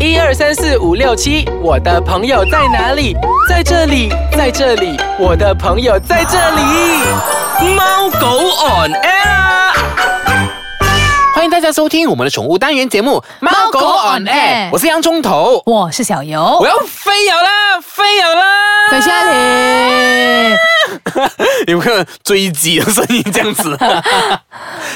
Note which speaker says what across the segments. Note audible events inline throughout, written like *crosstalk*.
Speaker 1: 一二三四五六七，我的朋友在哪里？在这里，在这里，我的朋友在这里。
Speaker 2: 猫狗 on air 啊。
Speaker 3: 欢迎大家收听我们的宠物单元节目《猫狗 on air》，我是洋葱头，
Speaker 4: 我是小
Speaker 3: 我
Speaker 4: 游，
Speaker 3: 要飞了啦，飞了啦！
Speaker 4: 等下你，
Speaker 3: *laughs* 有没有追击的声音这样 *laughs* 子？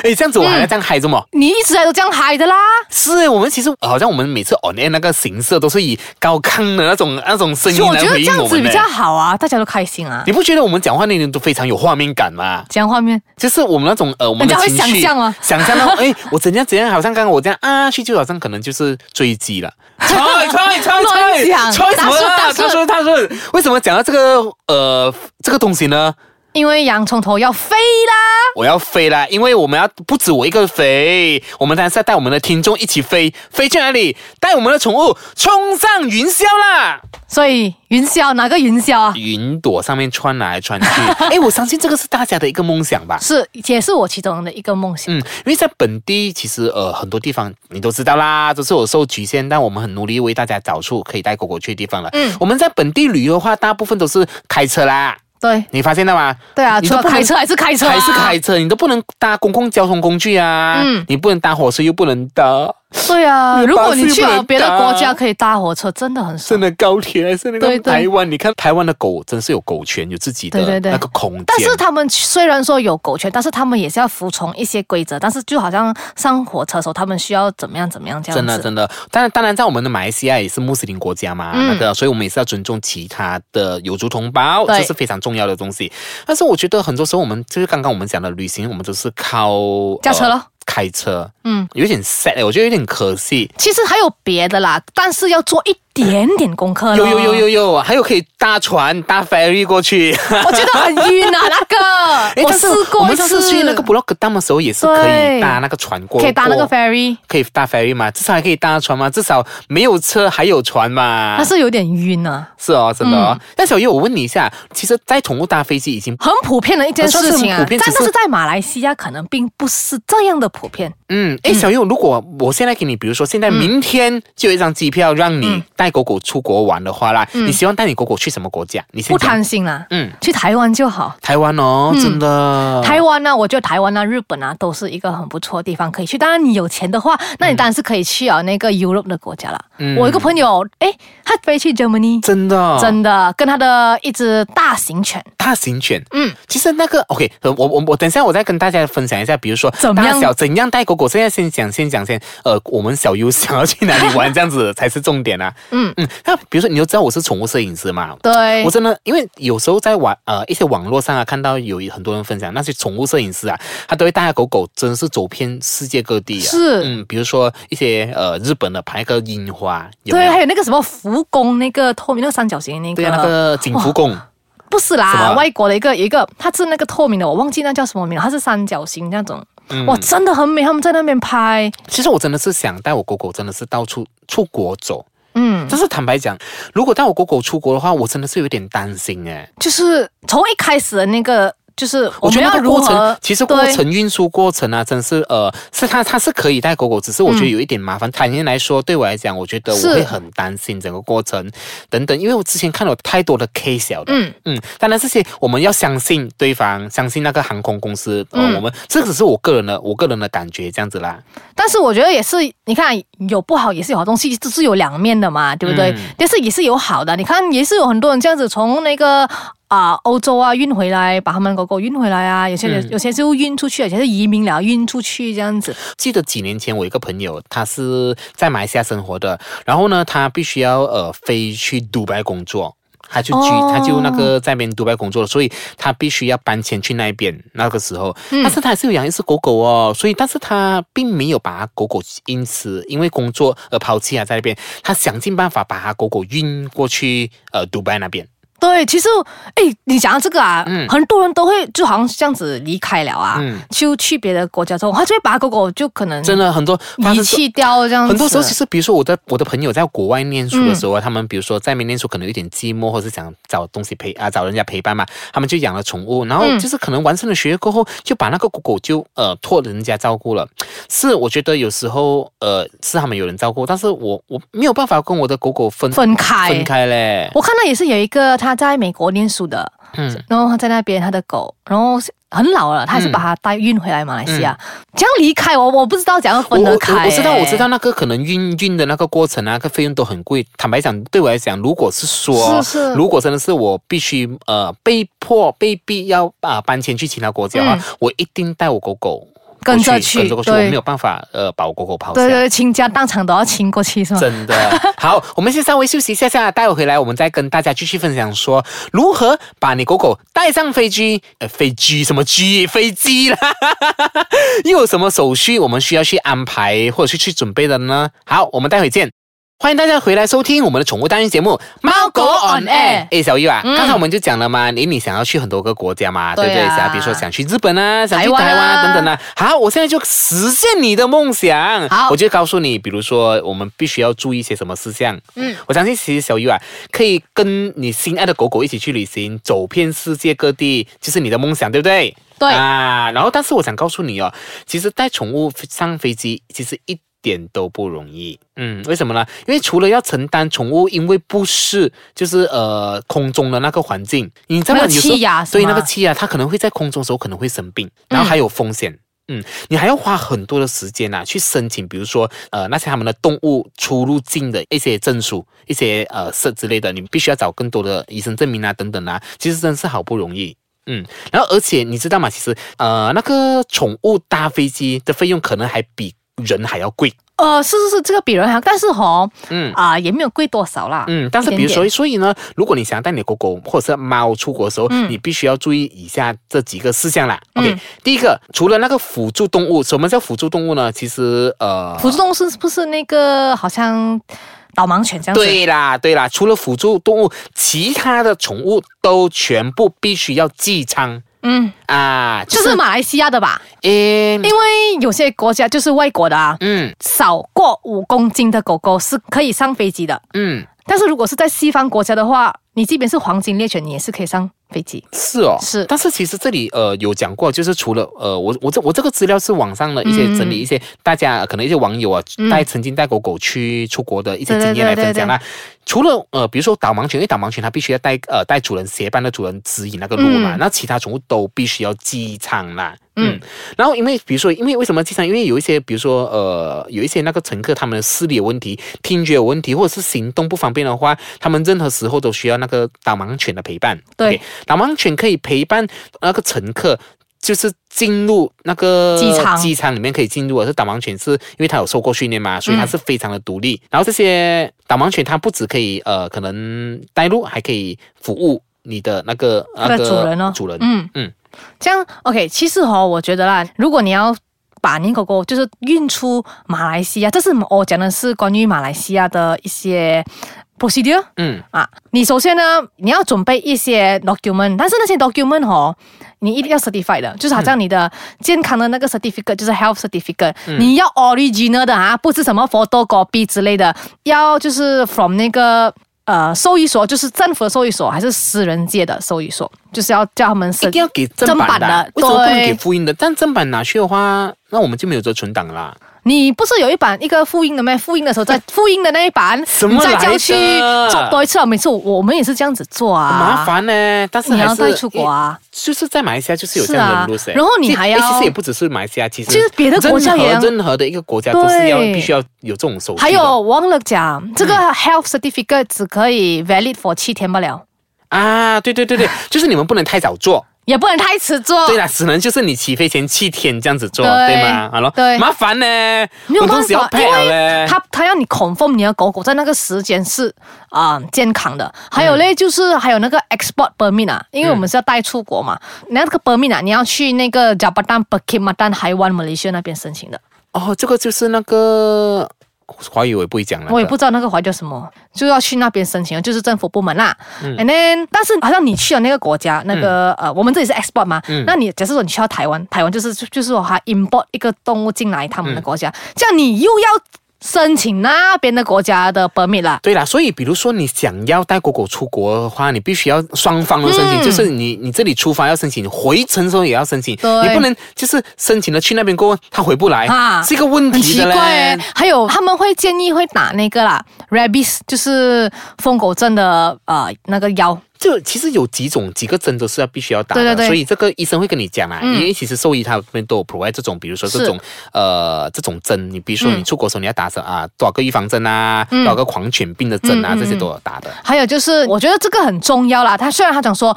Speaker 3: 哎，这样子我还要这样嗨着吗？
Speaker 4: 嗯你一直都这样嗨的啦。
Speaker 3: 是我们其实好像我们每次 on air 那个形式都是以高亢的那种那种声
Speaker 4: 其实
Speaker 3: 音
Speaker 4: 我
Speaker 3: 来
Speaker 4: 觉得
Speaker 3: 回
Speaker 4: 这
Speaker 3: 应
Speaker 4: 样
Speaker 3: 我
Speaker 4: 子
Speaker 3: 们
Speaker 4: 比
Speaker 3: 呢。
Speaker 4: 较好啊，大家都开心啊。
Speaker 3: 你不觉得我们讲话内容都非常有画面感吗？
Speaker 4: 讲画面，
Speaker 3: 就是我们那种呃，我们的
Speaker 4: 人家会
Speaker 3: 情绪
Speaker 4: 想象啊吗
Speaker 3: 想象到 *laughs* 哎，我怎样怎样，好像刚刚我这样啊，去就好像可能就是追
Speaker 4: *laughs*
Speaker 3: 击了。吹吹吹
Speaker 4: 乱
Speaker 3: 吹
Speaker 4: 讲
Speaker 3: 吹什么啦？
Speaker 4: 大
Speaker 3: 他
Speaker 4: 叔大
Speaker 3: 说他说，为什么讲到这个呃这个东西呢？
Speaker 4: 因为洋葱头要飞啦，
Speaker 3: 我要飞啦，因为我们要不止我一个飞，我们当然是要带我们的听众一起飞，飞去哪里？带我们的宠物冲上云霄啦！
Speaker 4: 所以云霄哪个云霄啊？
Speaker 3: 云朵上面穿来穿 *laughs* 去，哎，我相信这个是大家的一个梦想吧。
Speaker 4: 是也是我其中的一个梦想。
Speaker 3: 嗯，因为在本地，其实呃很多地方你都知道啦，都是有受局限，但我们很努力为大家找出可以带狗狗去的地方了。嗯，我们在本地旅游的话，大部分都是开车啦，
Speaker 4: 对
Speaker 3: 你发现到吗？
Speaker 4: 对啊，
Speaker 3: 你
Speaker 4: 除
Speaker 3: 都
Speaker 4: 了
Speaker 3: 不能
Speaker 4: 开车还是开车、啊，
Speaker 3: 还是开车，你都不能搭公共交通工具啊！
Speaker 4: 嗯
Speaker 3: 你不能搭火车，又不能搭
Speaker 4: 对啊，
Speaker 3: 你
Speaker 4: 如
Speaker 3: 巴
Speaker 4: 果
Speaker 3: 士
Speaker 4: 你去
Speaker 3: 不能啊
Speaker 4: 了别的
Speaker 3: 搭
Speaker 4: 国家可以搭火车，真的很
Speaker 3: 是
Speaker 4: 爽。啊
Speaker 3: 那高铁，还是那个
Speaker 4: 对对
Speaker 3: 台湾。你看台湾的狗，真是有狗权，有自己
Speaker 4: 对
Speaker 3: 的
Speaker 4: 对对
Speaker 3: 那个空间。
Speaker 4: 但是他们虽然说有狗权，但是他们也是要服从一些规则。但是就好像上火车的时候，他们需要怎么样怎么样这样
Speaker 3: 真
Speaker 4: 子。
Speaker 3: 的真的，当然当然，在我们的马来西亚也是穆斯林国家嘛，
Speaker 4: 嗯
Speaker 3: 那个，所以我们也是要尊重其他的有族同胞，
Speaker 4: 对
Speaker 3: 这是非常重要的东西。但是我觉得很多时候我们就是刚刚我们讲的旅行，我们都是靠呃
Speaker 4: 驾车咯
Speaker 3: 开车，
Speaker 4: 嗯，
Speaker 3: 有点 sad，、欸、我觉得有点可惜。
Speaker 4: 其实还有别的啦，但是要做一点点功课咯
Speaker 3: 有有有，有有，还有可以搭船搭 ferry 过去。
Speaker 4: 我觉得很晕啊，那个
Speaker 3: *laughs* 诶
Speaker 4: 我
Speaker 3: 哎但是
Speaker 4: 试
Speaker 3: 我
Speaker 4: 过一
Speaker 3: 们上
Speaker 4: 次，
Speaker 3: 次去那个 block 当的时候也是可以
Speaker 4: 对
Speaker 3: 搭那个船过，
Speaker 4: 可以搭那个
Speaker 3: 过
Speaker 4: ferry，
Speaker 3: 可以搭 ferry 嘛，至少还可以搭船嘛，至少没有车还有船嘛。
Speaker 4: 但是有点晕啊，
Speaker 3: 是哦，真的、哦。但小叶，我问你一下，其实，在宠物搭飞机已经，
Speaker 4: 很普遍的一件
Speaker 3: 好像哦是
Speaker 4: 事情啊。
Speaker 3: 很普遍
Speaker 4: 但
Speaker 3: 只是
Speaker 4: 但是在马来西亚可能并不是这样的普遍。
Speaker 3: 嗯，哎，小叶，如果我现在给你，比如说现在明天就有一张机票让你带狗狗出国玩的话啦，你希望带你狗狗去什么国家？你先
Speaker 4: 嗯不
Speaker 3: 讲
Speaker 4: 贪心啦，
Speaker 3: 嗯
Speaker 4: 去台湾就好。
Speaker 3: 台湾哦，真的。
Speaker 4: 嗯台湾呢、我觉得台湾啊、日本啊，都是一个很不错的地方可以去。当然，你有钱的话，那你当然是可以去啊那个 Europe 的国家啦。
Speaker 3: 嗯
Speaker 4: 我一个朋友，诶，他飞去 Germany，
Speaker 3: 真的，哦
Speaker 4: 真的跟他的一只大型犬，
Speaker 3: 大型犬，
Speaker 4: 嗯，
Speaker 3: 其实那个 OK，呃我我我等一下我再跟大家分享一下，比如说
Speaker 4: 怎么样
Speaker 3: 大小怎样带狗狗，现在先讲先讲先，呃，我们小优 *laughs* 想要去哪里玩这样子才是重点啊，
Speaker 4: 嗯
Speaker 3: 嗯，那比如说你就知道我是宠物摄影师嘛，
Speaker 4: 对
Speaker 3: 我，真的，因为有时候在网呃一些网络上啊，看到有很多人分享那些宠物摄影师啊，他都会带狗狗，真的是走遍世界各地啊。
Speaker 4: 是
Speaker 3: 嗯，比如说一些呃日本的拍个樱花，有没
Speaker 4: 对，
Speaker 3: 有
Speaker 4: 还有那个什么福宫那个透明那个三角形那个，
Speaker 3: 对啊，那个景福宫，
Speaker 4: 不是
Speaker 3: 什么
Speaker 4: 啦，外国的一个一个，它是那个透明的，我忘记那叫什么名了，它是三角形那种。
Speaker 3: 嗯
Speaker 4: 哇，真的很美，他们在那边拍，
Speaker 3: 其实我真的是想带我狗狗，真的是到处出国走。
Speaker 4: 嗯，
Speaker 3: 但是坦白讲，如果带我狗狗出国的话，我真的是有点担心哎。
Speaker 4: 就是从一开始的那个，就是我
Speaker 3: 觉
Speaker 4: 们
Speaker 3: 得
Speaker 4: 要
Speaker 3: 那个
Speaker 4: 如
Speaker 3: 过
Speaker 4: 何
Speaker 3: 程，，其实过
Speaker 4: 对
Speaker 3: 程运输过程啊，真是呃，是它它是可以带狗狗，只是我觉得有一点麻烦。坦言来说，对我来讲，我觉得我
Speaker 4: 是
Speaker 3: 会很担心整个过程等等，因为我之前看了太多的 K 小的，
Speaker 4: 嗯
Speaker 3: 嗯，当然这些我们要相信对方，相信那个航空公司，呃、
Speaker 4: 嗯
Speaker 3: 我们这只是我个人的我个人的感觉这样子啦。
Speaker 4: 但是我觉得也是，你看有不好也是有好东西，这是有两面的嘛，对不对？
Speaker 3: 嗯
Speaker 4: 但是也是有好的，你看也是有很多人这样子从那个啊、欧洲啊运回来，把他们狗狗运回来啊，有些人、
Speaker 3: 嗯
Speaker 4: 有些就运出去，有些是移民了运出去这样子，
Speaker 3: 记得几年前我有一个朋友，他是在马来西亚生活的，然后呢，他必须要呃飞去迪拜工作。他就居，
Speaker 4: 哦
Speaker 3: 他就那个在那边迪拜工作了，所以他必须要搬迁去那边。那个时候，
Speaker 4: 嗯
Speaker 3: 但是他还是有养一只狗狗哦，所以但是他并没有把狗狗因此因为工作而抛弃啊，在那边，他想尽办法把他狗狗运过去呃迪拜那边。
Speaker 4: 对对，其实，哎，你讲到这个啊，
Speaker 3: 嗯
Speaker 4: 很多人都会就好像这样子离开了啊，
Speaker 3: 嗯
Speaker 4: 就去别的国家之后，他就会把狗狗就可能
Speaker 3: 真的很多发
Speaker 4: 遗
Speaker 3: 生这
Speaker 4: 弃掉这样子。
Speaker 3: 很多时候，其实比如说我的我的朋友在国外念书的时候啊，他们比如说在那边念书可能有点寂寞，或是想找东西陪啊找人家陪伴嘛，他们就养了宠物，然后
Speaker 4: 嗯
Speaker 3: 就是可能完成了学业过后，就把那个狗狗就呃托人家照顾了。是我觉得有时候呃是他们有人照顾，但是我我没有办法跟我的狗狗分
Speaker 4: 分开
Speaker 3: 分开嘞。
Speaker 4: 我看到也是有一个他在美国念书的，
Speaker 3: 嗯
Speaker 4: 然后他在那边他的狗，然后是很老了，他还是
Speaker 3: 嗯
Speaker 4: 把它带运回来马来西亚，这样离开我，我不知道怎样分
Speaker 3: 我
Speaker 4: 得
Speaker 3: 我
Speaker 4: 开、哎
Speaker 3: 我知道，我知道。那个可能运运的那个过程啊，那个费用都很贵。坦白讲，对我来讲，如果是说，
Speaker 4: 是是
Speaker 3: 如果真的是我必须呃被迫被必要啊、搬迁去其他国家的话，我一定带我狗狗
Speaker 4: 嗯跟着
Speaker 3: 过
Speaker 4: 去
Speaker 3: 跟着过去，我
Speaker 4: 对
Speaker 3: 没有办法呃把我狗狗抛下。
Speaker 4: 对对，亲家当场都要亲过去是吗？
Speaker 3: 真的好，我们先稍微休息一下下，待会回来我们再跟大家继续分享说如何把你狗狗带上飞机，呃，飞机什么机，飞机啦， *laughs* 又有什么手续我们需要去安排或者是去准备的呢？好，我们待会见。欢迎大家回来收听我们的宠物单元节目《猫狗 on air》。哎，小玉啊，刚才我们就讲了嘛，你你想要去很多个国家嘛，对不
Speaker 4: 对
Speaker 3: 对？
Speaker 4: 啊
Speaker 3: 想比如说想去日本啊，想去
Speaker 4: 台湾啊
Speaker 3: 台湾啊等等啊。 *laughs* 好，我现在就实现你的梦想。
Speaker 4: 好
Speaker 3: 我就告诉你，比如说我们必须要注意一些什么事项。
Speaker 4: 嗯，
Speaker 3: 我相信其实小玉啊，可以跟你心爱的狗狗一起去旅行，走遍世界各地，就是你的梦想，对不对？
Speaker 4: 对
Speaker 3: 啊，然后但是我想告诉你哦，其实带宠物上飞机其实一点都不容易。嗯，为什么呢？因为除了要承担宠物因为不适，就是呃空中的那个环境，你知道吗？
Speaker 4: 那个
Speaker 3: 有时候
Speaker 4: 气压是
Speaker 3: 对
Speaker 4: 吗
Speaker 3: 那个气压，它可能会在空中的时候可能会生病，然后还有风险。嗯，你还要花很多的时间呐、去申请，比如说呃那些他们的动物出入境的一些证书、一些呃设之类的，你必须要找更多的医生证明啊等等啊，其实真是好不容易。嗯，然后而且你知道吗？其实呃那个宠物搭飞机的费用可能还比人还要贵。
Speaker 4: 呃，是是是，这个比人还，但是吼，
Speaker 3: 嗯
Speaker 4: 啊、也没有贵多少啦。
Speaker 3: 嗯，但是
Speaker 4: 一
Speaker 3: 比如
Speaker 4: 点
Speaker 3: 说，
Speaker 4: 点
Speaker 3: 所以呢，如果你想要带你的狗狗或者是猫出国的时候，
Speaker 4: 嗯
Speaker 3: 你必须要注意以下这几个事项啦。
Speaker 4: 嗯
Speaker 3: OK，第一个，除了那个辅助动物，什么叫辅助动物呢？其实呃，
Speaker 4: 辅助动物是不是那个好像导盲犬这样子？
Speaker 3: 对啦，对啦，除了辅助动物，其他的宠物都全部必须要寄仓
Speaker 4: 嗯，
Speaker 3: 啊，
Speaker 4: 就
Speaker 3: 就是是
Speaker 4: 马来西亚的吧，
Speaker 3: 诶，
Speaker 4: 因为有些国家就是外国的啊，
Speaker 3: 嗯
Speaker 4: 少过五公斤的狗狗是可以上飞机的。
Speaker 3: 嗯，
Speaker 4: 但是如果是在西方国家的话，你即便是黄金猎犬，你也是可以上飞机。
Speaker 3: 是哦，
Speaker 4: 是
Speaker 3: 但是其实这里呃有讲过，就是除了呃我我这我这个资料是网上的一些
Speaker 4: 嗯
Speaker 3: 整理一些、大家可能一些网友啊
Speaker 4: 嗯
Speaker 3: 带曾经带狗狗去出国的一些
Speaker 4: 对对
Speaker 3: 经验来
Speaker 4: 嗯对对
Speaker 3: 分享啦。除了呃比如说导盲犬，因为导盲犬它必须要带呃带主人协伴的主人指引那个路嘛，
Speaker 4: 嗯
Speaker 3: 那其他宠物都必须要记场啦。
Speaker 4: 嗯
Speaker 3: 嗯，然后因为比如说，因为为什么记场？因为有一些比如说呃有一些那个乘客他们的视力有问题、听觉有问题，或者是行动不方便的话，他们任何时候都需要那个导盲犬的陪伴。
Speaker 4: 对
Speaker 3: OK，导盲犬可以陪伴那个乘客，就是进入那个
Speaker 4: 机舱
Speaker 3: 机舱里面可以进入的。是导盲犬是因为它有受过训练
Speaker 4: 嗯
Speaker 3: 嘛，所以它是非常的独立。然后这些导盲犬它不只可以呃可能带路，还可以服务你的那个
Speaker 4: 它的主人哦
Speaker 3: 主人。
Speaker 4: 嗯
Speaker 3: 嗯，
Speaker 4: 这样 OK。其实哦，我觉得啦，如果你要把你狗狗就是运出马来西亚，这是我讲的是关于马来西亚的一些 procedure。
Speaker 3: 嗯
Speaker 4: 啊，你首先呢，你要准备一些 document，但是那些 document 哦，你一定要 certify 的，就是好像你的健康的那个 certificate，就是 health certificate，、你
Speaker 3: 嗯
Speaker 4: 要 original 的啊，不是什么 photocopy 之类的，要就是 from 那个。呃，收益所就是政府的收益所，还是私人界的收益所，就是要叫他们
Speaker 3: 一定要给正版的，
Speaker 4: 的，
Speaker 3: 为什么不能
Speaker 4: 对
Speaker 3: 给复印的？但正版拿去的话，那我们就没有这存档啦。
Speaker 4: 你不是有一版一个复印的咩？复印的时候
Speaker 3: *laughs*
Speaker 4: 在复印的那一版，
Speaker 3: 什么
Speaker 4: 你再叫去
Speaker 3: 来的
Speaker 4: 做多一次啊！每次我我们也是这样子做啊，
Speaker 3: 很麻。烦呢、但是
Speaker 4: 你
Speaker 3: 还
Speaker 4: 要
Speaker 3: 是
Speaker 4: 带出国啊？
Speaker 3: 就是在马来西亚就是有这样的 rules，
Speaker 4: 是
Speaker 3: 欸、
Speaker 4: 啊然后你还要
Speaker 3: 其实其实也不只是马来西亚，其实
Speaker 4: 其实别的国家也
Speaker 3: 任何任何的一个国家都是要必须要有这种手续的。
Speaker 4: 还有忘了讲，这个
Speaker 3: 嗯
Speaker 4: health certificate 只可以 valid for 七天不了，
Speaker 3: 啊，对对对对，就是你们不能太早做。
Speaker 4: 也不能太迟做。
Speaker 3: 对啦，只能就是你起飞前七天这样子做，
Speaker 4: 对
Speaker 3: 对吗？好了，
Speaker 4: 对
Speaker 3: 麻烦呢、
Speaker 4: 没有
Speaker 3: 我
Speaker 4: 办
Speaker 3: 东西要
Speaker 4: 法，因
Speaker 3: 配啊好嘞
Speaker 4: 为。他他要你 confirm 你的狗狗在那个时间是啊、健康的。还有
Speaker 3: 嗯
Speaker 4: 嘞，就是还有那个 export permit 啊，因为我们是要带出国嘛，那个 permit 啊，你要去那个 Jabatan Bukit Madan 海湾 Malaysia 那边申请的。
Speaker 3: 哦，这个就是那个华语我也不会讲了，
Speaker 4: 我也不知道那个华叫什么，就要去那边申请，就是政府部门啦。And
Speaker 3: 嗯
Speaker 4: then，但是好像你去了那个国家，那个、呃，我们这里是 export 嘛，
Speaker 3: 嗯
Speaker 4: 那你假设说你去到台湾，台湾就是就是说他 import 一个动物进来他们的
Speaker 3: 嗯
Speaker 4: 国家，这样你又要申请那边的国家的 permit 啦。
Speaker 3: 对啦，所以比如说你想要带狗狗出国的话，你必须要双方都申请，
Speaker 4: 嗯
Speaker 3: 就是你你这里出发要申请，回程的时候也要申请，
Speaker 4: 对
Speaker 3: 你不能就是申请了去那边过后他回不来，
Speaker 4: 啊
Speaker 3: 是一个问
Speaker 4: 很
Speaker 3: 题
Speaker 4: 奇
Speaker 3: 的
Speaker 4: 怪
Speaker 3: 嘞
Speaker 4: 欸。，还有他们会建议会打那个啦，rabies 就是疯狗症的呃那个药，
Speaker 3: 就其实有几种几个针都是要必须要打的，
Speaker 4: 对对嗯对
Speaker 3: 所以这个医生会跟你讲啊，因为其实兽医他们都有 provide 这种，比如说这种呃这种针，你比如说
Speaker 4: 嗯
Speaker 3: 你出国的时候你要打什啊多少个预防针啊，多少个狂犬病的针啊，
Speaker 4: 嗯
Speaker 3: 这些都有打的。
Speaker 4: 还有就是，我觉得这个很重要啦。他虽然他讲说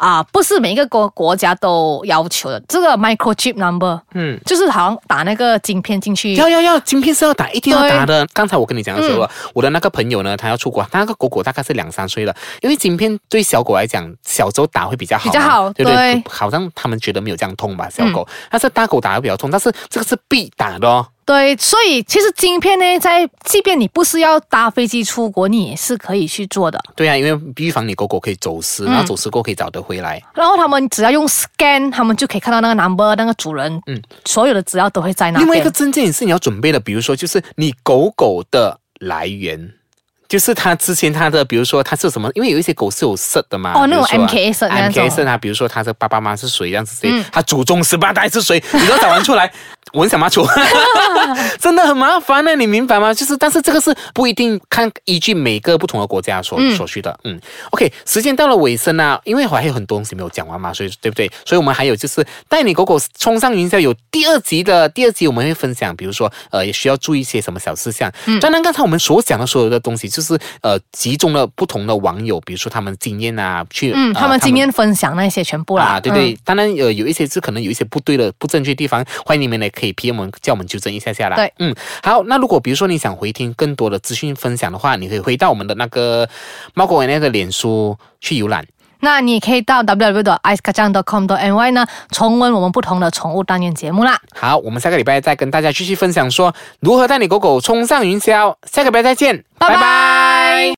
Speaker 4: 啊、不是每一个国国家都要求的，这个 microchip number，
Speaker 3: 嗯，
Speaker 4: 就是好像打那个晶片进去。
Speaker 3: 要要要，晶片是要打，一定要
Speaker 4: 嗯对
Speaker 3: 打的。刚才我跟你讲的时候，啊我的那个朋友呢，他要出国，他那个狗狗大概是两三岁了，因为晶片对小狗来讲，小时候打会比较好嘛，
Speaker 4: 比较好
Speaker 3: 对不
Speaker 4: 对嗯
Speaker 3: 好像他们觉得没有这样痛吧，小狗，但是大狗打会比较痛，但是这个是必打的哦。
Speaker 4: 对，所以其实晶片呢，在即便你不是要搭飞机出国，你也是可以去做的。
Speaker 3: 对啊，因为预防你狗狗可以走失，
Speaker 4: 嗯
Speaker 3: 然后走失过后可以找得回来。
Speaker 4: 然后他们只要用 scan，他们就可以看到那个 number，那个主人，嗯，所有的资料都会在那
Speaker 3: 另外一
Speaker 4: 边
Speaker 3: 个。证件也是你要准备的，比如说就是你狗狗的来源。就是它之前它的，比如说它是什么，因为有一些狗是有色的嘛，
Speaker 4: 哦那种
Speaker 3: 比如说啊
Speaker 4: MKA 色那种嗯
Speaker 3: MKA 色啊，比如说它的爸爸妈妈是谁，这样是谁，它祖宗十八代是谁，你都找完
Speaker 4: *laughs*
Speaker 3: 出来，我很想骂出，真的很麻烦啊呢、你明白吗？就是，但是这个是不一定看依据每个不同的国家所、所需的，嗯，OK，时间到了尾声啊，因为我还有很多东西没有讲完嘛，所以对不对？所以我们还有就是带你狗狗冲上云霄有第二集的，第二集我们会分享，比如说呃，也需要注意一些什么小事项。
Speaker 4: 嗯
Speaker 3: 当然，刚才我们所讲的所有的东西，就是呃，集中了不同的网友，比如说他们经验啊，去
Speaker 4: 嗯，
Speaker 3: 呃
Speaker 4: 他们经验分享那些全部啦。嗯
Speaker 3: 啊，对对，当然呃，有一些是可能有一些不对的、不正确的地方，欢迎你们呢可以 PM 我们，叫我们纠正一下下啦。
Speaker 4: 对，
Speaker 3: 嗯，好，那如果比如说你想回听更多的资讯分享的话，你可以回到我们的那个猫狗那个脸书去浏览。
Speaker 4: 那你也可以到 w w w i c e k a j a n g c o m my 呢，重温我们不同的宠物单元节目啦。
Speaker 3: 好，我们下个礼拜再跟大家继续分享说如何带你狗狗冲上云霄。下个礼拜再见，
Speaker 4: 拜拜